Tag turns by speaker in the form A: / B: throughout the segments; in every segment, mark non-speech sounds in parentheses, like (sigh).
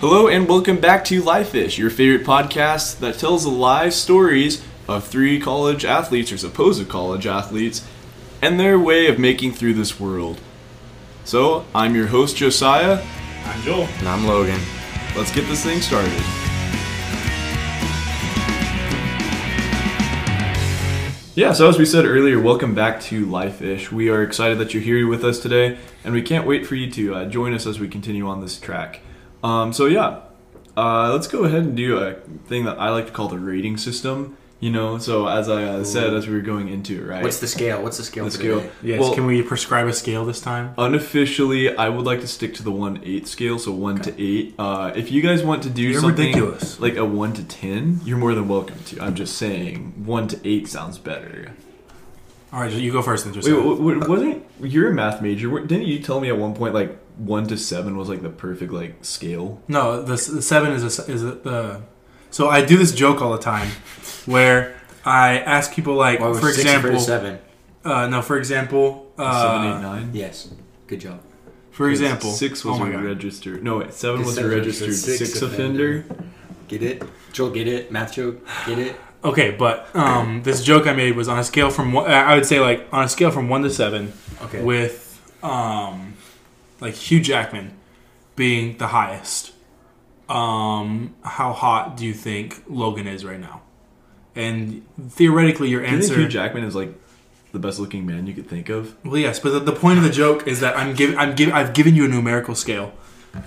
A: Hello and welcome back to Lifeish, your favorite podcast that tells the live stories of three college athletes or supposed college athletes and their way of making through this world. So, I'm your host Josiah.
B: I'm Joel.
C: And I'm Logan.
A: Let's get this thing started. Yeah, so as we said earlier, welcome back to Lifeish. We are excited that you're here with us today, and we can't wait for you to uh, join us as we continue on this track. Um, so yeah, uh, let's go ahead and do a thing that I like to call the rating system. You know, so as I uh, said as we were going into it, right?
C: What's the scale? What's the scale?
A: The
C: for
A: scale.
C: today?
B: Yes,
A: Well-
B: can we prescribe a scale this time?
A: Unofficially, I would like to stick to the one eight scale, so one to eight. Uh, if you guys want to do
B: You're
A: something
B: ridiculous.
A: like a one to ten, you're more than welcome to. I'm just saying, one to eight sounds better.
B: All right, you go first then,
A: Wait,
B: Josiah.
A: w- w- wasn't you're a math major? wa- Didn't you tell me at one point like one to seven was like the perfect like scale?
B: No, the, s- the seven is a, s- is a, the. So I do this joke all the time, (laughs) where I ask people like,
C: Well,
B: for
C: six and
B: example,
C: seven.
B: uh, no, for example, uh,
A: seven, eight, nine.
C: Yes. Good job.
B: for example,
A: six was
B: oh my
A: a
B: God.
A: registered. No, wait, seven
C: Just
A: was a
C: seven,
A: registered
C: six
A: six,
C: offender.
A: offender.
C: Get it? Joel, get it? Math joke? Get it?
B: Okay, but um, this joke I made was on a scale from one, I would say like on a scale from one to seven,
C: Okay.
B: with um, like Hugh Jackman being the highest. Um, how hot do you think Logan is right now? And theoretically, your
A: Do you
B: answer.
A: think Hugh Jackman is like the best looking man you could think of?
B: well, yes, but the, the point of the joke is that I'm giving I'm giving I've given you a numerical scale,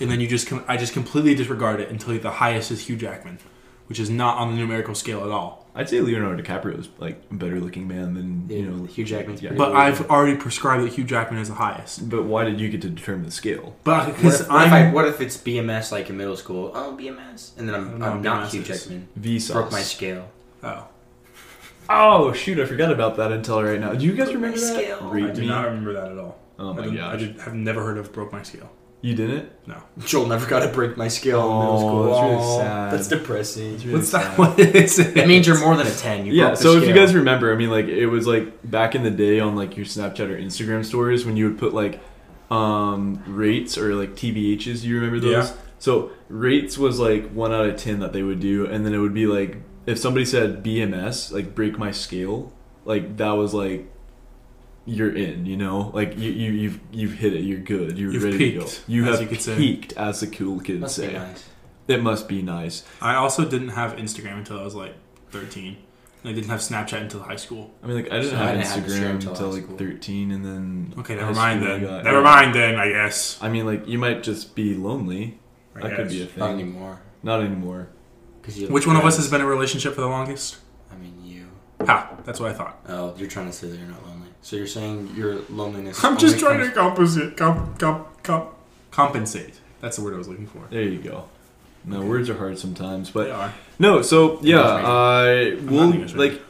B: and then you just com- I just completely disregard it until the highest is Hugh Jackman, which is not on the numerical scale at all.
A: I'd say Leonardo DiCaprio is like a better looking man than
C: Yeah,
A: you know
C: Hugh Jackman's
A: Yeah.
C: pretty
B: But
C: good.
B: I've already prescribed that Hugh Jackman is the highest.
A: But why did you get to determine the scale?
B: But
C: What
B: because
C: if, what, if I,
B: I'm
C: what if it's BMS like in middle school? Oh, BMS. And then I'm,
B: No,
C: I'm not
B: BMS
C: Hugh
B: is-
C: Jackman.
A: Vsauce.
C: Broke my scale.
B: oh,
A: Oh shoot! I forgot about that until right now. Do you guys
C: Broke
A: remember
C: my
A: that?
C: scale.
A: Read
B: I do
A: me.
B: not remember that at all.
A: Oh
B: I
A: my
B: didn't- I
A: gosh!
B: did, have never heard of broke my scale.
A: You didn't?
B: No.
C: Joel never got to break my scale in middle
A: Oh,
C: school.
A: that's really
C: Aw,
A: sad.
C: That's depressing.
A: It's really
B: What's that?
A: sad.
B: What (laughs) is it?
C: That means you're more than a 10. You
A: yeah
C: broke the
A: so if you
C: scale.
A: guys remember i mean like it was like back in the day on like your snapchat or instagram stories when you would put like um rates or like tbhs do you remember those
B: Yeah.
A: so rates was like one out of ten that they would do and then it would be like if somebody said bms like break my scale like that was like you're in, you know, like you you you've you've hit it. You're good. You're
B: You've
A: ready to
B: peaked,
A: go. You
B: as
A: have
B: you could say.
A: peaked, as the cool kids
C: Must
A: say.
C: be nice.
A: It must be nice.
B: I also didn't have Instagram until I was like 13. And I didn't have Snapchat until high school.
A: I mean, like I didn't,
C: So I
A: have,
C: didn't have
A: Instagram
C: Instagram till
A: until
C: high
A: like
C: school.
A: 13, and then
B: Okay,
A: high
B: never mind
A: school I
B: then.
A: got-
B: Never mind then. I guess.
A: I mean, like you might just be lonely.
B: I
A: that could
B: guess.
A: be a
C: Not
A: thing.
C: anymore.
A: Not anymore.
C: 'Cause you have
B: Which one of us
C: friends.
B: has been in a relationship for the longest?
C: I mean, you.
B: Ha! That's what I thought.
C: Oh, you're trying to say that you're not lonely. So you're saying your loneliness.
B: I'm just
C: only
B: trying
C: comes-
B: to compensate. Comp, comp, comp, compensate. That's the word I was looking for.
A: There you go. No, words are hard sometimes,
B: they
A: but
B: are.
A: no. So yeah, I
B: not
A: will
B: English major.
A: like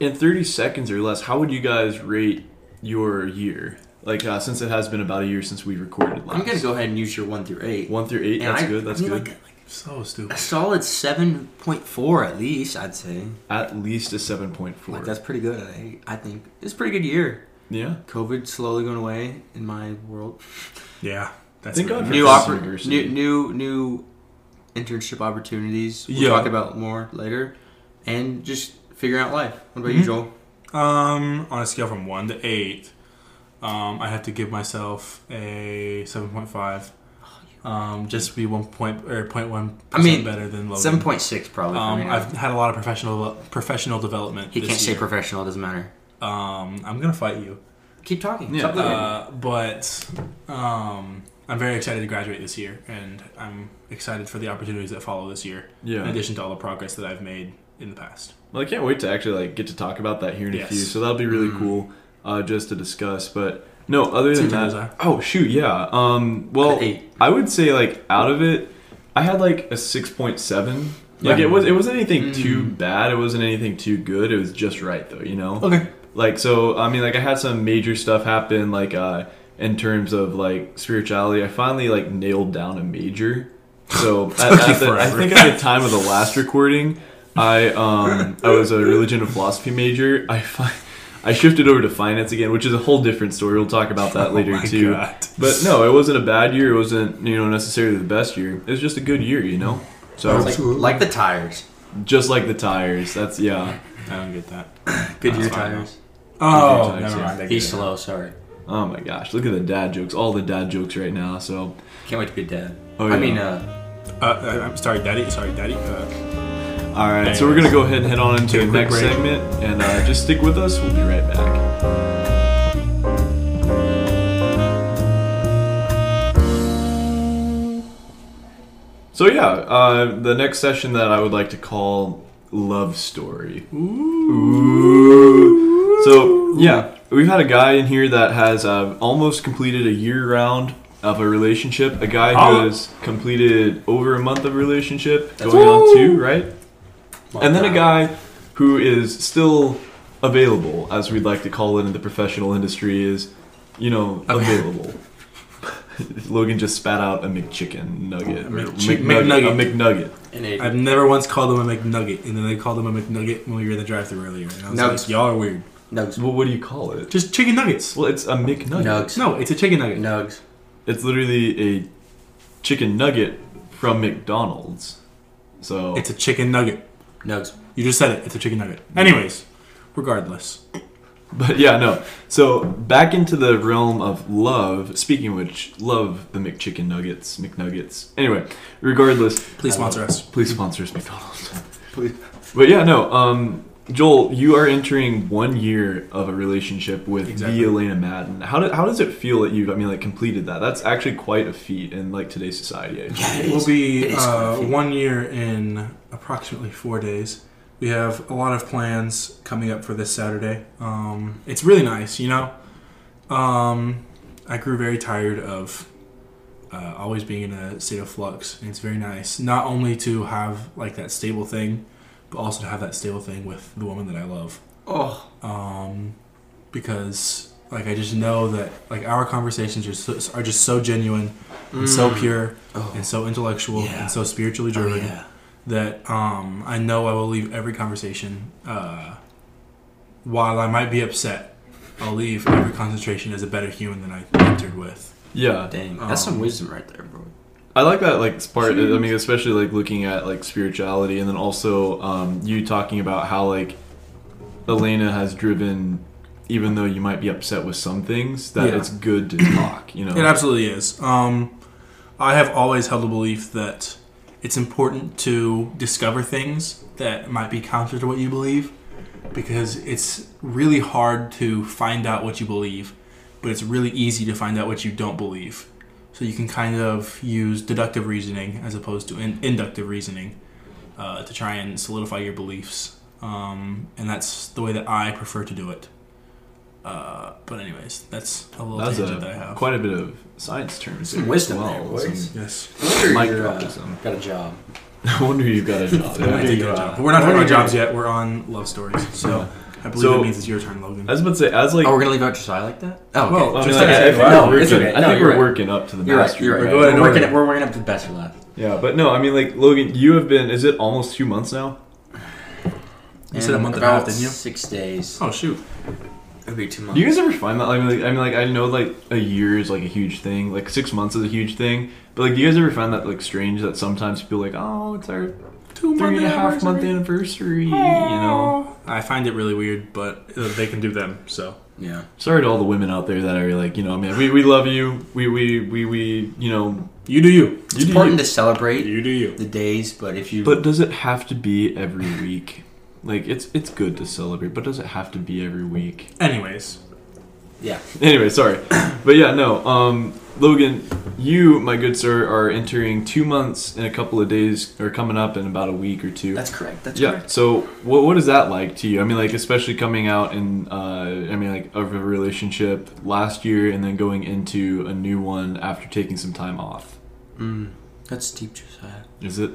A: in 30 seconds or less. How would you guys rate your year? Like uh, since it has been about a year since we recorded last.
C: I'm gonna go ahead and use your one through eight.
A: one through eight.
C: And
A: that's
C: I-
A: good. That's
C: I mean,
A: good.
C: Like a, like
B: So
C: a
B: stupid.
C: solid seven point four at least, I'd say.
A: At least a 7.4.
C: Like that's pretty good. At eight, I think it's a pretty good year.
A: yeah.
C: COVID slowly going away in my world.
B: Yeah. That's
A: Thank
B: really
A: God for
C: New
B: nice.
A: oppor-
C: oppor-
A: University.
C: new new new internship opportunities. We'll
B: Yeah.
C: talk about more later, and just figuring out life. What about you,
B: Mhm.
C: Joel?
B: Um, on a scale from one to eight, um, I have to give myself a seven point five. Um, just to be one point or point one.
C: I mean,
B: better than Logan.
C: Seven point six probably. for me
B: Um,
C: now.
B: I've had a lot of professional professional development.
C: he
B: this
C: can't say
B: year.
C: professional. It doesn't matter.
B: um, I'm gonna fight you.
C: Keep talking.
A: Yeah.
C: Stop looking.
B: Uh, but um, I'm very excited to graduate this year, and I'm excited for the opportunities that follow this year. In
A: Yeah.
B: addition to all the progress that I've made in the past.
A: Well, I can't wait to actually like get to talk about that here in a
B: Yes. Mm.
A: few. So that'll be really
C: Mhm.
A: cool uh, just to discuss. But no, other
B: It's
A: than
B: your turn,
A: that,
B: Zach.
A: oh shoot, yeah. Um, well,
C: Eight.
A: I would say like out of it, I had like a six point seven. Like
B: Yeah.
A: it was, it wasn't anything too
C: Mm.
A: bad. It wasn't anything too good. It was just right though, you know.
B: Okay.
A: Like so, I mean, like I had some major stuff happen, like uh, in terms of like spirituality. I finally like nailed down a major.
B: (laughs)
A: So at,
B: Took you
A: at the, I
B: forever.
A: think at the time of the last recording, I um I was a religion and philosophy major. I fi- I shifted over to finance again, which is a whole different story. We'll talk about
B: (laughs)
A: that later
B: Oh my
A: too.
B: God.
A: But no, it wasn't a bad year. It wasn't you know necessarily the best year. It was just a good year, you know. So
C: It's Like,
B: Absolutely.
C: like the tires.
A: just like the tires, that's yeah.
B: I don't get that.
C: Good year
B: That's fine.
C: tires.
B: Oh,
A: Good times,
B: never
A: yeah.
B: mind. I get
C: He's
B: it.
C: slow, sorry.
A: Oh my gosh, look at the dad jokes, all the dad jokes right now. So
C: Can't wait to be dead.
A: Oh,
C: I
A: yeah.
C: mean, uh,
B: Uh, I- I'm sorry, Daddy. Sorry, Daddy. Uh,
A: all right, so we're gonna go ahead and head on into
B: Take a
A: the
B: quick
A: next
B: break.
A: segment, and uh, just stick with us. We'll be right back. So yeah, uh, the next session that I would like to call love story. Ooh. So yeah, we've had a guy in here that has uh, almost completed a year round of a relationship. A guy who
B: Oh.
A: has completed over a month of relationship,
C: That's
A: going on
B: Woo.
A: two, right? And then a
C: now.
A: guy who is still available, as we'd like to call it in the professional industry, is you
B: (laughs)
A: know available. (laughs) Logan just spat out a McChicken nugget. or
B: McChick-
A: McNugget. A McNugget.
C: an eight.
B: I've never once called him a McNugget, and then they called him a McNugget when we were in the drive-thru earlier. And I was
C: Nugs.
B: like, y'all are weird.
C: Nugs.
A: Well, what do you call it?
B: Just chicken nuggets.
A: Well, it's a McNugget.
C: Nugs.
B: No, it's a chicken nugget.
C: Nugs.
A: It's literally a chicken nugget from McDonald's. So
B: It's a chicken nugget.
C: Nugs.
B: You just said it. It's a chicken nugget. Anyways, regardless.
A: (laughs) But yeah, no. So back into the realm of love. Speaking of which, love the McChicken Nuggets, McNuggets. Anyway, regardless,
B: Please sponsor us.
A: please sponsor us, McDonald's.
C: Please.
A: But yeah, no. Um, Joel, you are entering one year of a relationship with
B: Exactly.
A: the Elena Madden. How, do, how does it feel that you've, I mean, like completed that? That's actually quite a feat in like today's society. I think.
C: Yeah,
B: It will be
C: is
B: uh,
C: quite a feat.
B: one year in approximately four days. We have a lot of plans coming up for this Saturday. Um, it's really nice, you know. Um, I grew very tired of uh, always being in a state of flux, and it's very nice not only to have like that stable thing, but also to have that stable thing with the woman that I love.
C: Oh.
B: Um, because like I just know that like our conversations are so, are just so genuine and so pure
C: Oh.
B: and so intellectual
C: Yeah.
B: and so spiritually
C: Oh,
B: driven
C: yeah.
B: that um, I know I will leave every conversation. Uh, while I might be upset, I'll leave every concentration as a better human than I entered with.
A: Yeah.
C: Dang. That's
B: Um,
C: some wisdom right there, bro.
A: I like that like part. I mean, especially like looking at like spirituality, and then also um, you talking about how like Elena has driven, even though you might be upset with some things, that
B: Yeah.
A: it's good to talk. You know,
B: It absolutely is. Um, I have always held a belief that it's important to discover things that might be counter to what you believe because it's really hard to find out what you believe, but it's really easy to find out what you don't believe. So you can kind of use deductive reasoning as opposed to in- inductive reasoning uh, to try and solidify your beliefs. Um, and that's the way that I prefer to do it. Uh, but anyways, that's a little
A: that's
B: tangent that I
A: a,
B: have.
A: quite a bit of science terms.
C: Some
A: there
C: wisdom
A: as
C: there, boys.
B: Yes.
C: Wonder
A: Mic
C: you're,
A: drop
C: uh,
A: or (laughs) something.
C: got a job.
A: No wonder you've
B: (laughs)
A: got a job.
C: Yeah.
B: I
A: right?
B: did
C: you,
B: get a
C: uh,
B: job. But we're not talking
C: why
B: about
C: do you-
B: jobs yet. We're on love
A: (laughs)
B: stories. So I believe
A: So-
B: that means it's your turn, Logan.
A: I was about to say, as like,
C: Oh, we're gonna leave out Josiah like that? Oh, okay.
B: Well,
A: I mean,
B: just
A: like,
B: like-
A: I think
C: No,
A: we're
C: it's
A: working-
C: okay.
A: I
C: No,
A: think
C: you're
A: we're
C: right.
A: working up to the
C: You're right.
A: mastery.
C: You're right.
A: right?
B: going in
C: We're working,
B: order.
C: it- we're working up to the best for last.
A: Yeah, but no, I mean, like Logan, you have been. Is it almost two months now?
B: You said a
C: In
B: month and a half,
C: about
B: didn't you?
C: Six days.
B: oh shoot!
C: It'll be two months.
A: Do you guys ever find that? Like, I mean, like, I mean, like, I know, like, a year is like a huge thing. Like, six months is a huge thing. But like, do you guys ever find that like strange that sometimes people like, oh, it's our
B: Two
A: three and a half month anniversary? You know.
B: I find it really weird, but uh, they can do them. So
C: yeah.
A: Sorry to all the women out there that are like, you know, man, we, we love you. We we we we, you know.
B: you do you.
A: you
C: It's
A: do
C: important
A: you.
C: to celebrate
B: You do you.
C: the days, but if you
A: But does it have to be every week? Like, it's it's good to celebrate, but does it have to be every week? (laughs)
B: Anyways,
C: yeah,
A: anyway, sorry. (coughs) But yeah, no. Um, Logan, you, my good sir, are entering two months in a couple of days, or coming up in about a week or two.
C: that's correct. That's
A: yeah.
C: correct.
A: So, what what is that like to you? I mean, like especially coming out in, uh, I mean, like of a relationship last year, and then going into a new one after taking some time off.
C: Mm, that's steep, Josiah.
A: Is it?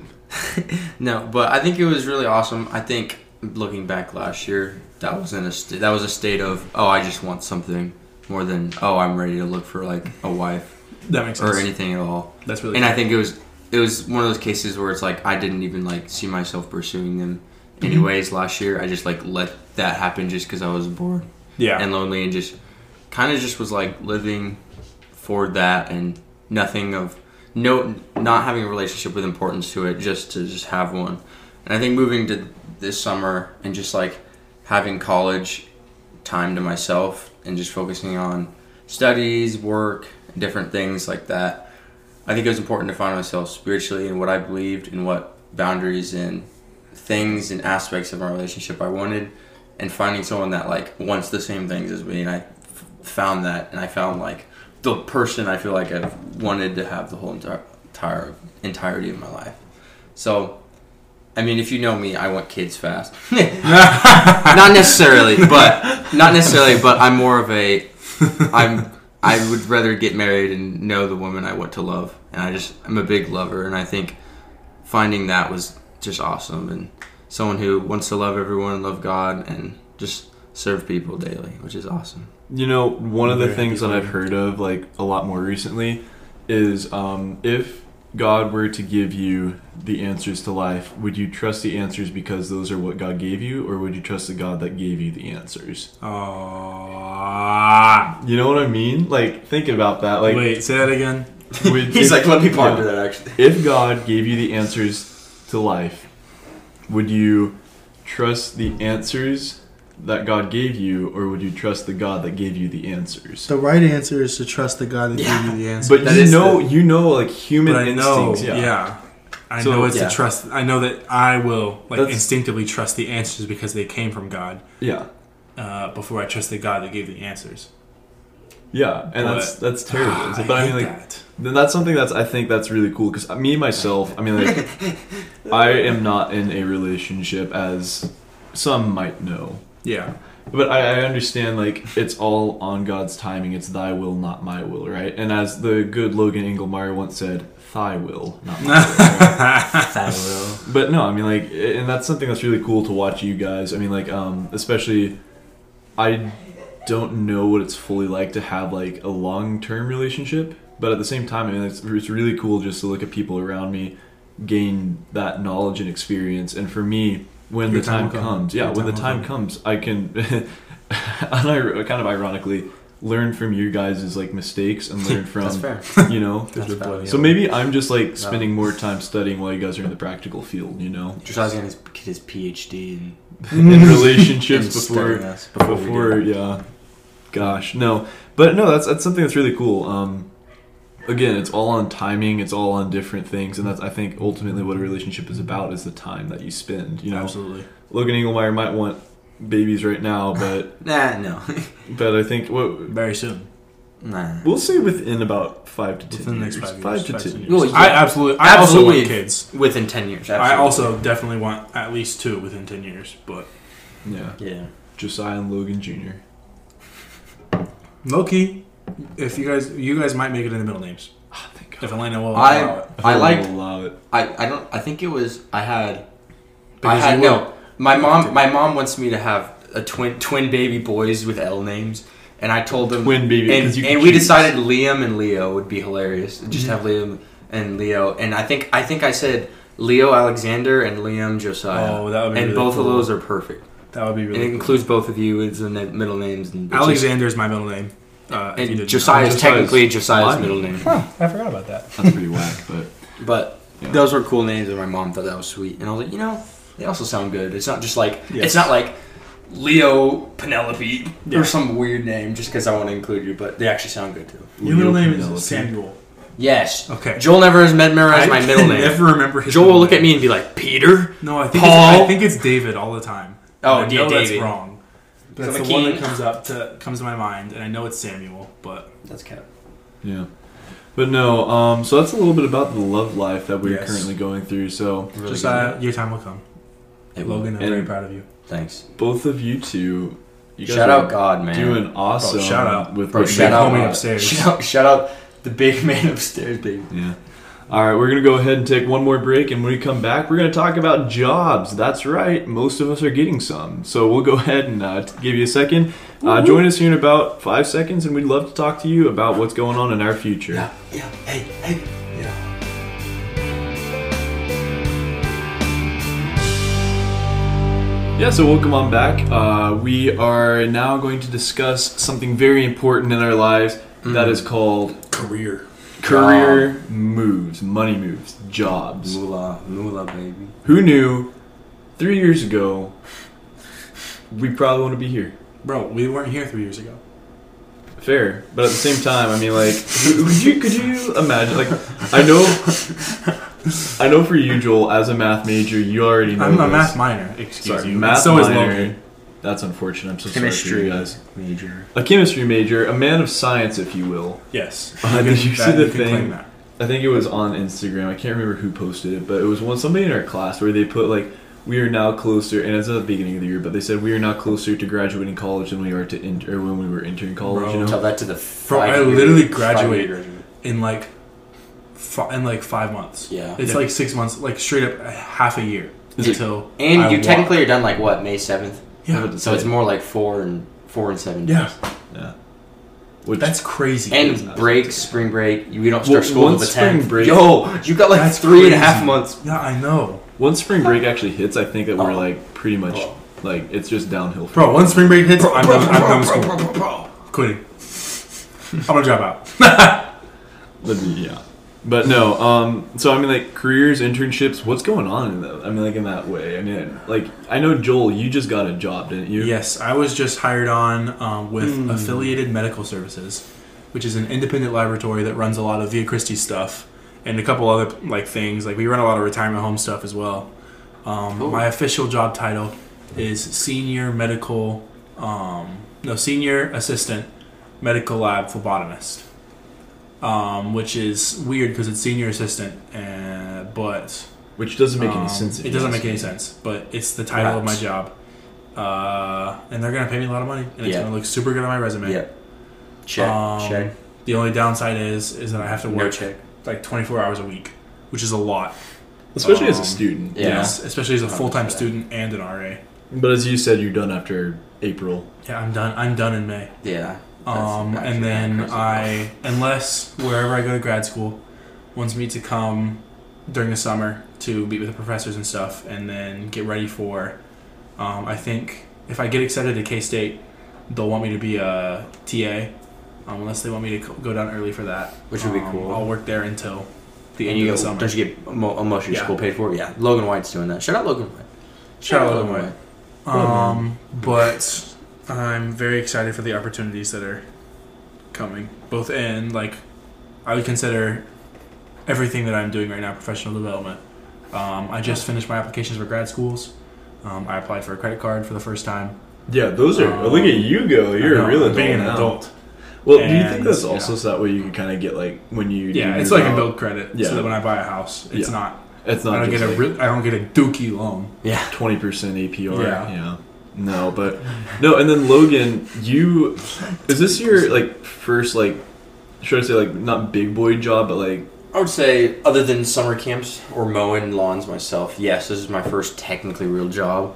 C: No, but I think it was really awesome. I think looking back last year, that was in a st- that was a state of oh, I just want something more than oh, I'm ready to look for like a wife
B: that makes sense.
C: or anything at all.
B: That's really.
C: And I think it was it was one of those cases where it's like I didn't even like see Mm-hmm. myself pursuing them anyways last year. I just like let that happen just because I was bored.
B: Yeah.
C: and lonely and just kind of just was like living for that and nothing of no not having a relationship with importance to it just to just have one and i think moving to this summer and just like having college time to myself and just focusing on studies work different things like that i think it was important to find myself spiritually and what i believed and what boundaries and things and aspects of our relationship i wanted and finding someone that like wants the same things as me and I f- found that and i found like the person i feel like i've wanted to have the whole entire, entire entirety of my life so i mean if you know me i want kids fast (laughs) not necessarily but not necessarily but i'm more of a i'm i would rather get married and know the woman i want to love and i just i'm a big lover and i think finding that was just awesome and someone who wants to love everyone and love God and just serve people daily, which is awesome.
A: You know, one of the
B: Very
A: things that
B: happy
A: I've heard of like a lot more recently is um, if God were to give you the answers to life, would you trust the answers because those are what God gave you, or would you trust the God that gave you the answers?
B: Aw.
A: You know what I mean? Like, think about that. Like,
B: Wait, say that again. (laughs)
A: would- if- yeah.
C: that actually.
A: If God gave you the answers to life, would you trust the answers that God gave you, or would you trust the God that gave you the answers?
D: The right answer is to trust the God that gave you
C: (laughs)
D: the answer.
A: But
C: That
A: you
C: is
A: know, you know, like human
B: But I know,
A: instincts.
B: yeah.
A: yeah.
B: I
A: So-
B: know it's
C: Yeah.
B: a trust. I know that I will like
A: That's-
B: instinctively trust the answers because they came from God.
A: Yeah,
B: Uh, before I trust the God that gave the answers. Ah,
A: yeah, and that's that's terrible. So, but I,
B: hate
A: mean, like,
B: that.
A: th- that's something that's I think that's really cool because me myself, I mean, like, I am not in a relationship as some might know,
B: yeah,
A: but I, I understand like it's all on God's timing. It's Thy will, not my will, right? And as the good Logan Engelmeyer once said, "Thy will, not my will." right? But no, I mean like, and that's something that's really cool to watch you guys. I mean like, um, especially, I don't know what it's fully like to have like a long term relationship, but at the same time, I mean it's, it's really cool just to look at people around me, gain that knowledge and experience, and for me, when
B: Your
A: the
B: time
A: time,
B: will come.
A: comes, yeah,
B: Your
A: when the
B: time will
A: time comes, I can, (laughs) unir- kind of ironically, learn from you guys' like mistakes and learn
C: That's
A: from
C: fair.
A: you
B: (laughs)
A: know.
B: There's
C: That's
B: a
C: valid.
B: bloody
A: So
B: hell.
A: maybe I'm just like spending more time studying while you guys are in the practical field, you
C: (laughs)
A: know,
C: Josiah's gonna get his PhD and,
A: (laughs) in relationships
C: (laughs) and studying
A: before
C: us before,
A: before
C: we do.
A: yeah. Gosh, no, but no, that's that's something that's really cool. Um, again, it's all on timing, it's all on different things, and that's I think ultimately what a relationship is about is the time that you spend. You know,
B: absolutely.
A: Logan Engelmeyer might want babies right now, but
C: Nah, no,
A: but I think what
B: Very soon.
C: (laughs) nah.
A: we'll say within about five to ten
B: Within the next
A: years,
B: five years.
A: to
B: five to
A: ten years.
C: Well, yeah.
B: I absolutely. I
C: Absolutely.
B: also want kids.
C: Within ten years,
B: I
C: absolutely.
B: also definitely want at least two within ten years. But
A: Yeah,
C: yeah.
A: Josiah and Logan Jr.
B: Loki, if you guys, you guys might make it in the middle names.
A: Ah, thank God.
B: If Elena will,
C: I-
B: allow it.
A: I
C: I like
A: will allow it.
C: I, I don't I think it was I had
B: Because
C: I had
B: you
C: no my mom my mom wants me to have a twin twin baby boys with L names and I told them
A: Twin baby,
C: and,
A: 'cause you can
C: and we
A: choose.
C: decided Liam and Leo would be hilarious
B: Mm-hmm.
C: just have Liam and Leo and I think I think I said Leo Alexander and Liam Josiah
B: Oh, that would be
C: and
B: really
C: both
B: cool.
C: of those are perfect
B: that would be really.
C: and it
B: cool.
C: includes both of you as the na- middle names and it's just-
B: Alexander is my middle name. Uh, if you
C: and
B: didn't
C: Josiah is
A: Josiah's
C: technically Josiah's
A: mine.
C: middle
B: (laughs)
C: name
B: know. Huh, I forgot about that.
A: That's pretty whack,
B: (laughs)
A: but
C: But
A: Yeah.
C: those were cool names, and my mom thought that was sweet. And I was like, you know, they also sound good. It's not just like
B: Yes.
C: it's not like Leo Penelope
B: Yeah.
C: or some weird name just because I want to include you. But they actually sound good too.
B: Your middle
A: Leo
B: name
A: Penelope.
B: is Samuel.
C: Yes.
B: Okay.
C: Joel never has med- memorized
B: (laughs)
C: my
B: I
C: middle
B: can
C: name.
B: Never remember his.
C: Joel will
B: middle
C: look at
B: name.
C: me and be like, Peter.
B: No, I think it's,
C: Paul.
B: I think it's David all the time.
C: Oh,
B: And I
C: yeah,
B: know that's
C: David.
B: wrong.
C: I'm
B: That's
C: a
B: the one that
C: king.
B: comes up to comes to my mind, and I know it's Samuel, but
C: That's kind of
A: Yeah. But no, um, so that's a little bit about the love life that we're
B: Yes.
A: currently going through. So
C: really
B: just
C: good.
B: uh, your time will come.
C: Hey, Logan.
B: Logan, I'm
A: And-
B: very proud of you.
C: Thanks.
A: both of you two, you guys
C: Shout
A: are
C: out God, man.
A: doing awesome.
B: shout out.
A: with
C: Bro,
A: what you
C: shout
A: guys
C: out
B: homie
A: are.
C: uh,
B: upstairs.
C: Shout, shout out the big (laughs) man upstairs, baby.
A: Yeah. All right, we're gonna go ahead and take one more break, and when we come back, we're gonna talk about jobs. That's right, most of us are getting some, so we'll go ahead and uh, t- give you a second. Uh, join us here in about five seconds, and we'd love to talk to you about what's going on in our future.
C: Yeah. Hey. Hey. Yeah.
A: Yeah, so welcome on back. Uh, we are now going to discuss something very important in our lives that
B: Mm-hmm.
A: is called
B: Career.
A: career moves, money moves, jobs.
E: Moolah, moolah, baby.
A: Who knew three years ago we probably want to be here?
B: Bro, we weren't here three years ago.
A: Fair, but at the same time, I mean, like, who- could you could you imagine? Like, I know, I know for you, Joel, as a math major, you already know.
B: I'm a
A: this.
B: math minor. Excuse
A: Sorry,
B: you.
A: math
B: so is
A: minor.
B: Logan.
A: That's unfortunate. I'm so sorry for
E: Chemistry.
A: you guys.
E: Major.
A: A chemistry major, a man of science, if you
B: (laughs)
A: will.
B: Yes.
A: Uh, (laughs) did you see
B: that-
A: the
B: can
A: thing?
B: claim that.
A: I think it was on Instagram. I can't remember who posted it, but it was one somebody in our class where they put like we are now closer, and it's at the beginning of the year, but they said we are now closer to graduating college than we are to in- or when we were entering college. You
B: Bro.
A: know,
C: Tell that to the.
B: I
C: five-year-
B: literally
C: five-year
B: graduate.
C: graduate.
B: In like, fi- in like five months.
C: Yeah.
B: It's
A: Yeah.
B: like six months, like straight up a half a year
A: Is it-
B: until.
C: And
B: I
C: you
B: walk.
C: technically are done like what May seventh.
B: Yeah.
C: So it's more like four and four and seven.
B: Yeah.
A: yeah. Which,
B: That's crazy.
C: And break, spring break. You we don't start
A: Well,
C: school until
A: once
C: the
A: spring
C: tenth.
A: break-
C: Yo, you got like
B: That's
C: three and a half
B: crazy.
C: months.
B: yeah, I know.
A: once spring break
B: (laughs)
A: actually hits, I think that we're
C: Oh.
A: like pretty much
C: Oh.
A: like it's just downhill.
B: Bro, once spring break hits, I'm done. I'm done with school.
C: bro, bro.
B: Quitting. I'm gonna drop out.
A: But, yeah. But no, um, so I mean, like careers, internships. What's going on in that? I mean, like in that way. I mean, like I know Joel, you just got a job, didn't you?
B: Yes, I was just hired on um, with
C: Hmm.
B: Affiliated Medical Services, which is an independent laboratory that runs a lot of Via Christi stuff and a couple other like things. Like we run a lot of retirement home stuff as well. Um,
C: Cool.
B: My official job title is senior medical, um, no senior assistant medical lab phlebotomist, um, which is weird because it's senior assistant, uh, but
A: Which doesn't make
B: um,
A: any sense. if
B: It
A: you
B: doesn't
A: ask
B: make any
A: me.
B: sense, but it's the title of my
C: Perhaps.
B: job. Uh, and they're gonna pay me a lot of money, and it's
C: Yeah.
B: gonna look super good on my resume.
C: Yep. Check.
B: Um,
C: check.
B: The only downside is is that I have to
C: No
B: work
C: check.
B: like 24 hours a week, which is a lot.
A: especially as a
B: Um,
A: student.
C: Yeah.
B: Yes, especially as a
C: I'm
B: full time
C: into that.
B: student and an RA.
A: But as you said, you're done after April.
B: Yeah, I'm done. I'm done in May.
C: Yeah. That's
B: Um,
C: actually
B: and then
C: crazy.
B: I, unless wherever I go to grad school, wants me to come during the summer to meet with the professors and stuff, and then get ready for. Um, I think if I get accepted to K State, they'll want me to be a TA, um, unless they want me to co- go down early for that,
C: Which would be
B: Um,
C: cool.
B: I'll work there until the
C: and
B: end
C: you
B: of
C: get
B: the summer.
C: don't you get mo- most of your
B: Yeah.
C: school paid for? Yeah. Logan White's doing that. Shout out Logan White.
B: Shout out Logan White.
C: Oh,
B: Um, but I'm very excited for the opportunities that are coming. Both in like, I would consider everything that I'm doing right now professional development. Um, I just finished my applications for grad schools. Um, I applied for a credit card for the first time.
A: Yeah, those are.
B: Um,
A: look at you go. You're
B: I
A: a
B: know,
A: real
B: I'm
A: adult.
B: being an
A: now.
B: adult.
A: Well, do you
B: And,
A: think that's
B: yeah.
A: also so that way you can kind of get like when you. do
B: Yeah,
A: your
B: it's like a
A: job,
B: build credit,
A: Yeah.
B: so that when I buy a house, it's
A: Yeah.
B: not.
A: It's
B: I
A: not.
B: don't
A: just
B: get a
A: like-
B: re- I don't get a dookie loan.
C: Yeah.
A: twenty percent APR.
B: Yeah.
A: Yeah. No, but no, and then Logan, you is this your like first like should I say like not big boy job, but like
C: I would say, other than summer camps or mowing lawns myself, yes, this is my first technically real job.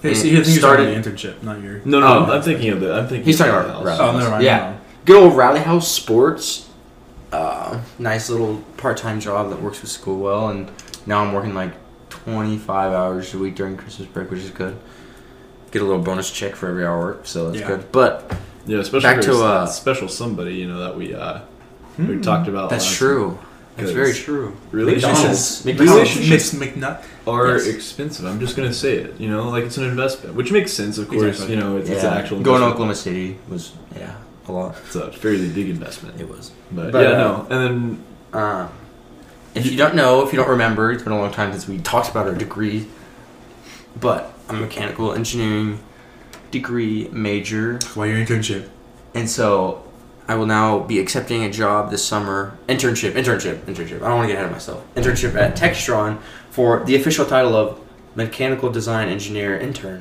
B: Hey,
C: Mm,
B: so you think
C: started-
B: started an internship, not your.
A: no no,
C: Oh.
A: I'm thinking of the I'm thinking
C: He's
A: of
C: talking
A: the
C: about
A: house.
C: Ralph.
B: Oh, never mind.
C: Yeah.
B: never mind.
C: Good old Rally House Sports. Uh, nice little part-time job that works with school well, and now I'm working like 25 hours a week during Christmas break, which is good. Get a little bonus check for every hour worked, so that's
B: Yeah.
C: good. But
A: yeah, especially
C: Back
A: for
C: to, uh,
A: special somebody you know that we uh
B: Hmm.
A: we talked about
C: that's
A: last
C: true. That's
A: Oh, Good.
C: very true.
A: Relationships,
C: McDonald's. McDonald's.
A: relationships
B: Miss McNutt.
A: are
C: Yes.
A: expensive. I'm just gonna say it. You know, like it's an investment, which makes sense, of course.
B: Exactly.
A: You know, it's, it's an
C: Yeah.
A: actual
C: going to
A: investment.
C: Oklahoma City was yeah a lot.
A: It's a fairly big investment.
C: It was.
A: But,
C: But,
A: yeah,
C: uh,
A: no. And then
C: Um, if you don't know, if you don't remember, it's been a long time since we talked about our degree. But I'm a mechanical engineering degree major,
B: Why your internship?
C: and so I will now be accepting a job this summer internship, internship, internship. I don't want to get ahead of myself. Internship at Textron for the official title of mechanical design engineer intern,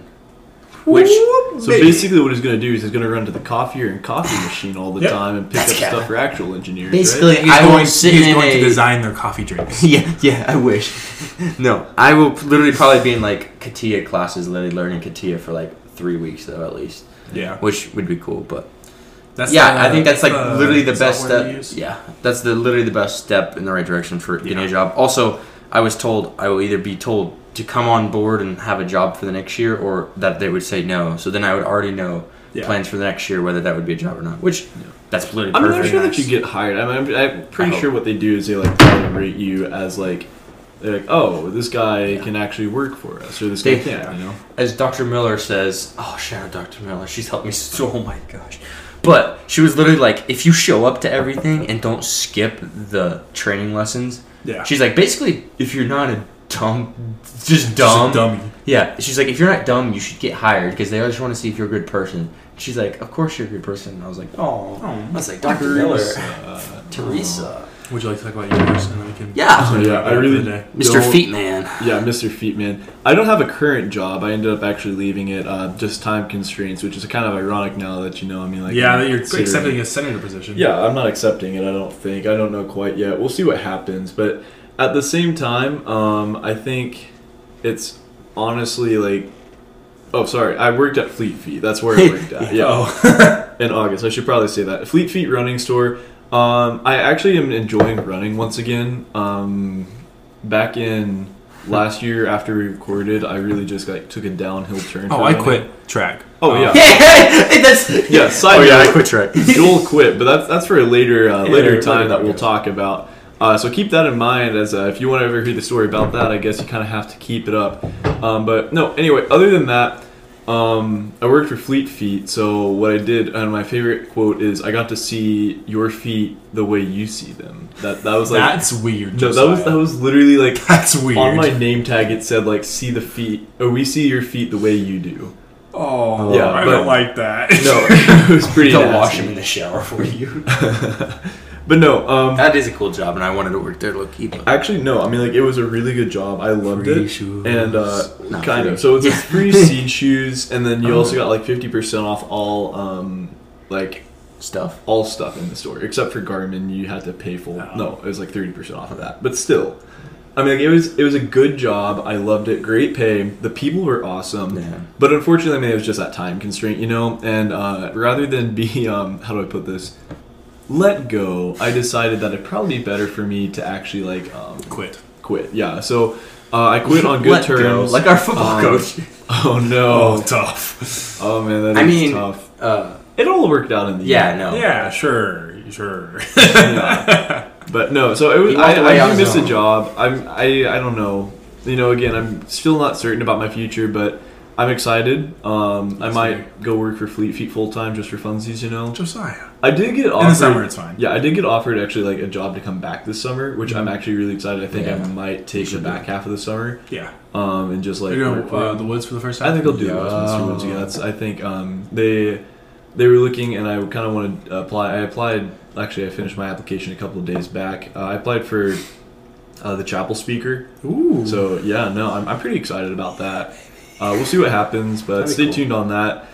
C: which
A: so basically, what he's gonna do is he's gonna run to the coffee and coffee machine all the
B: Yep.
A: time and pick
C: That's
A: up
C: Kevin.
A: stuff for actual engineers.
C: basically
A: right?
B: He's
C: I
B: going,
C: will sit
B: he's
C: in
B: going to
C: a-
B: design their coffee
C: (laughs)
B: drinks.
C: yeah, yeah, I wish. No, I will literally probably be in like Katia classes, literally learning Katia for like three weeks though at least,
B: Yeah,
C: which would be cool. But
B: that's
C: yeah,
B: the-
C: I think that's like
B: uh,
C: literally the best
B: software you
C: step.
B: use.
C: Yeah, that's the literally the best step in the right direction for getting
B: Yeah.
C: a job. Also, I was told I will either be told to come on board and have a job for the next year, or that they would say no. So then I would already know
B: Yeah.
C: plans for the next year whether that would be a job or not. Which that's literally
A: I mean,
C: perfect.
A: I'm sure that you get hired. I mean, I'm, I'm pretty
C: I hope.
A: sure what they do is they like probably rate you as like, they're like, oh, this guy can actually work for us, or this guy
C: They-
A: can't. You know,
C: as Dr. Miller says, oh, shout out Dr. Miller. She's helped me (laughs) so, oh my gosh. But she was literally like, if you show up to everything and don't skip the training lessons,
B: Yeah.
C: she's like, basically, if you're not a dumb, just
B: Just a
C: dumb.
B: dummy.
C: Yeah, she's like, if you're not dumb, you should get hired because they always want to see if you're a good person. She's like, of course you're a good person. And I was like, oh.
B: Oh.
C: I was like, Dr. Miller.
A: Uh,
C: Teresa.
B: Would you like to talk about yours and then we can?
C: Yeah. (laughs)
A: so Oh, yeah, I really
B: Today.
C: Mr.
A: don't- (laughs)
C: Feet Man. (laughs)
A: Yeah, Mr. Feetman. I don't have a current job. I ended up actually leaving it uh, just time constraints, which is kind of ironic now that you know. I mean, like
B: yeah,
A: I'm
B: that you're
A: considering-
B: accepting a senator position.
A: Yeah, I'm not accepting it. I don't think. I don't know quite yet. We'll see what happens. But at the same time, um, I think it's honestly like. Oh, sorry. I worked at Fleet Feet. That's where I worked
B: (laughs)
A: at. Yeah
B: Oh.
A: (laughs) in August. I should probably say that. Fleet Feet Running Store. Um, I actually am enjoying running once again. Um, back in last year after we recorded, I really just like took a downhill turn. for
B: oh, I
A: running.
B: quit Oh, track. Uh,
A: Oh, yeah. Oh,
C: that's.
A: Yeah, side note,
B: (laughs)
A: (laughs)
C: track.
A: Joel quit, but that's that's for a later uh,
B: Yeah,
A: later
B: later
A: time that we'll
B: podcast.
A: talk about. Uh, so keep that in mind as uh, if you want to ever hear the story about that, I guess you kind of have to keep it up. Um, but no, anyway, other than that, um, I worked for Fleet Feet. So what I did, and my favorite quote is, "I got to see your feet the way you see them." That that was like
B: That's
A: no,
B: weird.
A: that was
B: Josiah.
A: that was literally like
B: (laughs) That's weird.
A: on my name tag. It said like, "See the feet, or we see your feet the way you do."
B: oh,
A: Yeah,
B: I
A: but-
B: don't like that.
A: (laughs) No, it was pretty.
C: They'll
A: nasty.
C: wash him in the shower
A: (laughs)
C: for you.
A: But no, um,
C: That is a cool job, and I wanted to work there. Look, keep up.
A: Actually, no. I mean, like, it was a really good job. I loved
B: Free
A: it,
B: shoes.
A: and uh,
C: Not
A: kind
C: free.
A: of. So it's like free seed shoes, and then you also got like fifty percent off all um like
C: stuff.
A: all stuff in the store except for Garmin. You had to pay full.
B: Oh.
A: No, it was like thirty percent off of that. But still, I mean, like, it was it was a good job. I loved it. Great pay. The people were awesome.
C: Yeah.
A: But unfortunately, I mean, it was just that time constraint, you know. And uh, rather than be (laughs) um, how do I put this. Let go. I decided that it'd probably be better for me to actually like um,
B: (laughs) Quit.
A: quit. Yeah, so uh, I quit
C: (laughs)
A: on good
C: Let go,
A: terms.
C: like our football
A: Um,
C: coach.
A: (laughs) Oh
B: Oh,
A: no! (laughs)
B: tough.
A: Oh man, that is
C: I mean,
A: tough.
C: Uh,
A: It all worked out in the
C: yeah,
A: end.
C: no.
B: Yeah, sure, sure. (laughs)
A: Yeah. (laughs) but no, so it was.
C: He walked away
A: I, I do
C: on his
A: miss a
C: own.
A: job. I'm. I. I don't know. You know, again, I'm still not certain about my future, but I'm excited. Um, I
B: That's
A: might go work for Fleet Feet full time just for funsies. You know,
B: Josiah.
A: I did get offered.
B: In the summer, it's fine.
A: Yeah, I did get offered actually like a job to come back this summer, which I'm actually really excited. I think I
C: Yeah.
A: might take the
C: should do
A: back half of the summer
B: Yeah.
A: um, and just like
B: You're
A: work
B: doing
A: for
B: uh,
A: it.
B: the woods for the first time.
A: I think I'll do
C: Yeah.
A: those Mr. Woods. Yeah, that's, I think um, they they were looking, and I kind of wanted to apply. I applied. Actually, I finished my application a couple of days back. Uh, I applied for uh, the chapel speaker.
B: Ooh.
A: So yeah, no, I'm, I'm pretty excited about that. Uh, we'll see what happens, but
C: That'd be
A: stay
C: cool.
A: tuned on that.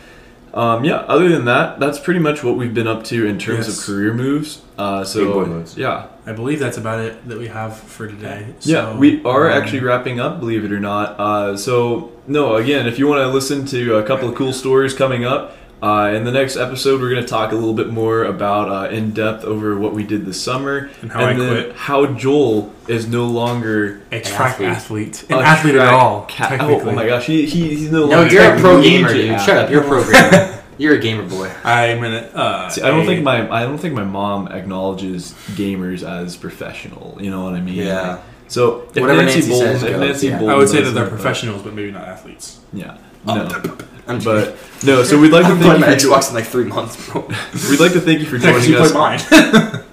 A: Um, yeah. Other than that, that's pretty much what we've been up to in terms
B: Yes.
A: of career moves. Uh, so
C: Big boy moves.
A: yeah,
B: I believe that's about it that we have for today.
A: yeah,
B: So,
A: we are
B: um,
A: actually wrapping up, believe it or not. Uh, so, no, again, if you want to listen to a couple of cool stories coming up, uh, in the next episode, we're going to talk a little bit more about uh, in depth over what we did this summer
B: And how I
A: then
B: quit.
A: how Joel is no longer
B: a track
C: athlete.
B: athlete, an
A: a
B: athlete at
A: track
B: all.
A: ca-
B: technically,
A: Oh, my gosh, he, he, he's no,
C: No,
A: longer
C: you're a pro gamer,
A: collegiate
C: dude.
A: athlete.
C: Shut up. You're
A: (laughs)
C: a pro gamer. You're a gamer boy.
B: I'm an. Uh,
A: See, I don't
B: a-
A: think my I don't think my mom acknowledges gamers as professional. You know what I mean?
C: Yeah.
A: So if
C: Whatever
A: Nancy,
C: Nancy
A: Bolton,
C: says
A: if
C: goes,
A: Nancy
C: yeah. I
A: Bolton
B: I would say that
A: doesn't,
B: they're
A: but-
B: professionals, but maybe not athletes.
A: Yeah.
C: Oh.
A: No.
C: I'm
A: But no, so we'd like to
C: (laughs) I've played
A: thank
C: my
A: you. For, jo-
C: Xbox in like three months,
A: (laughs)
C: bro.
A: we'd like to thank you for joining
B: Actually,
A: us.
C: (laughs)
B: play mine.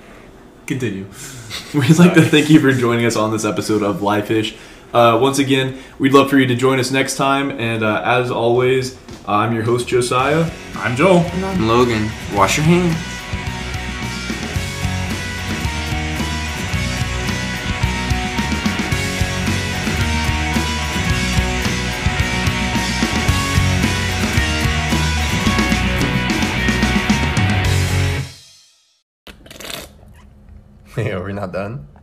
B: Continue.
A: (laughs) We'd like to
B: Sorry.
A: thank you for joining us on this episode of Lifeish. Uh, once again, we'd love for you to join us next time. And uh, as always, I'm your host Josiah.
B: I'm Joel.
C: Logan, wash your hands. (laughs)
F: Yeah, we're not done.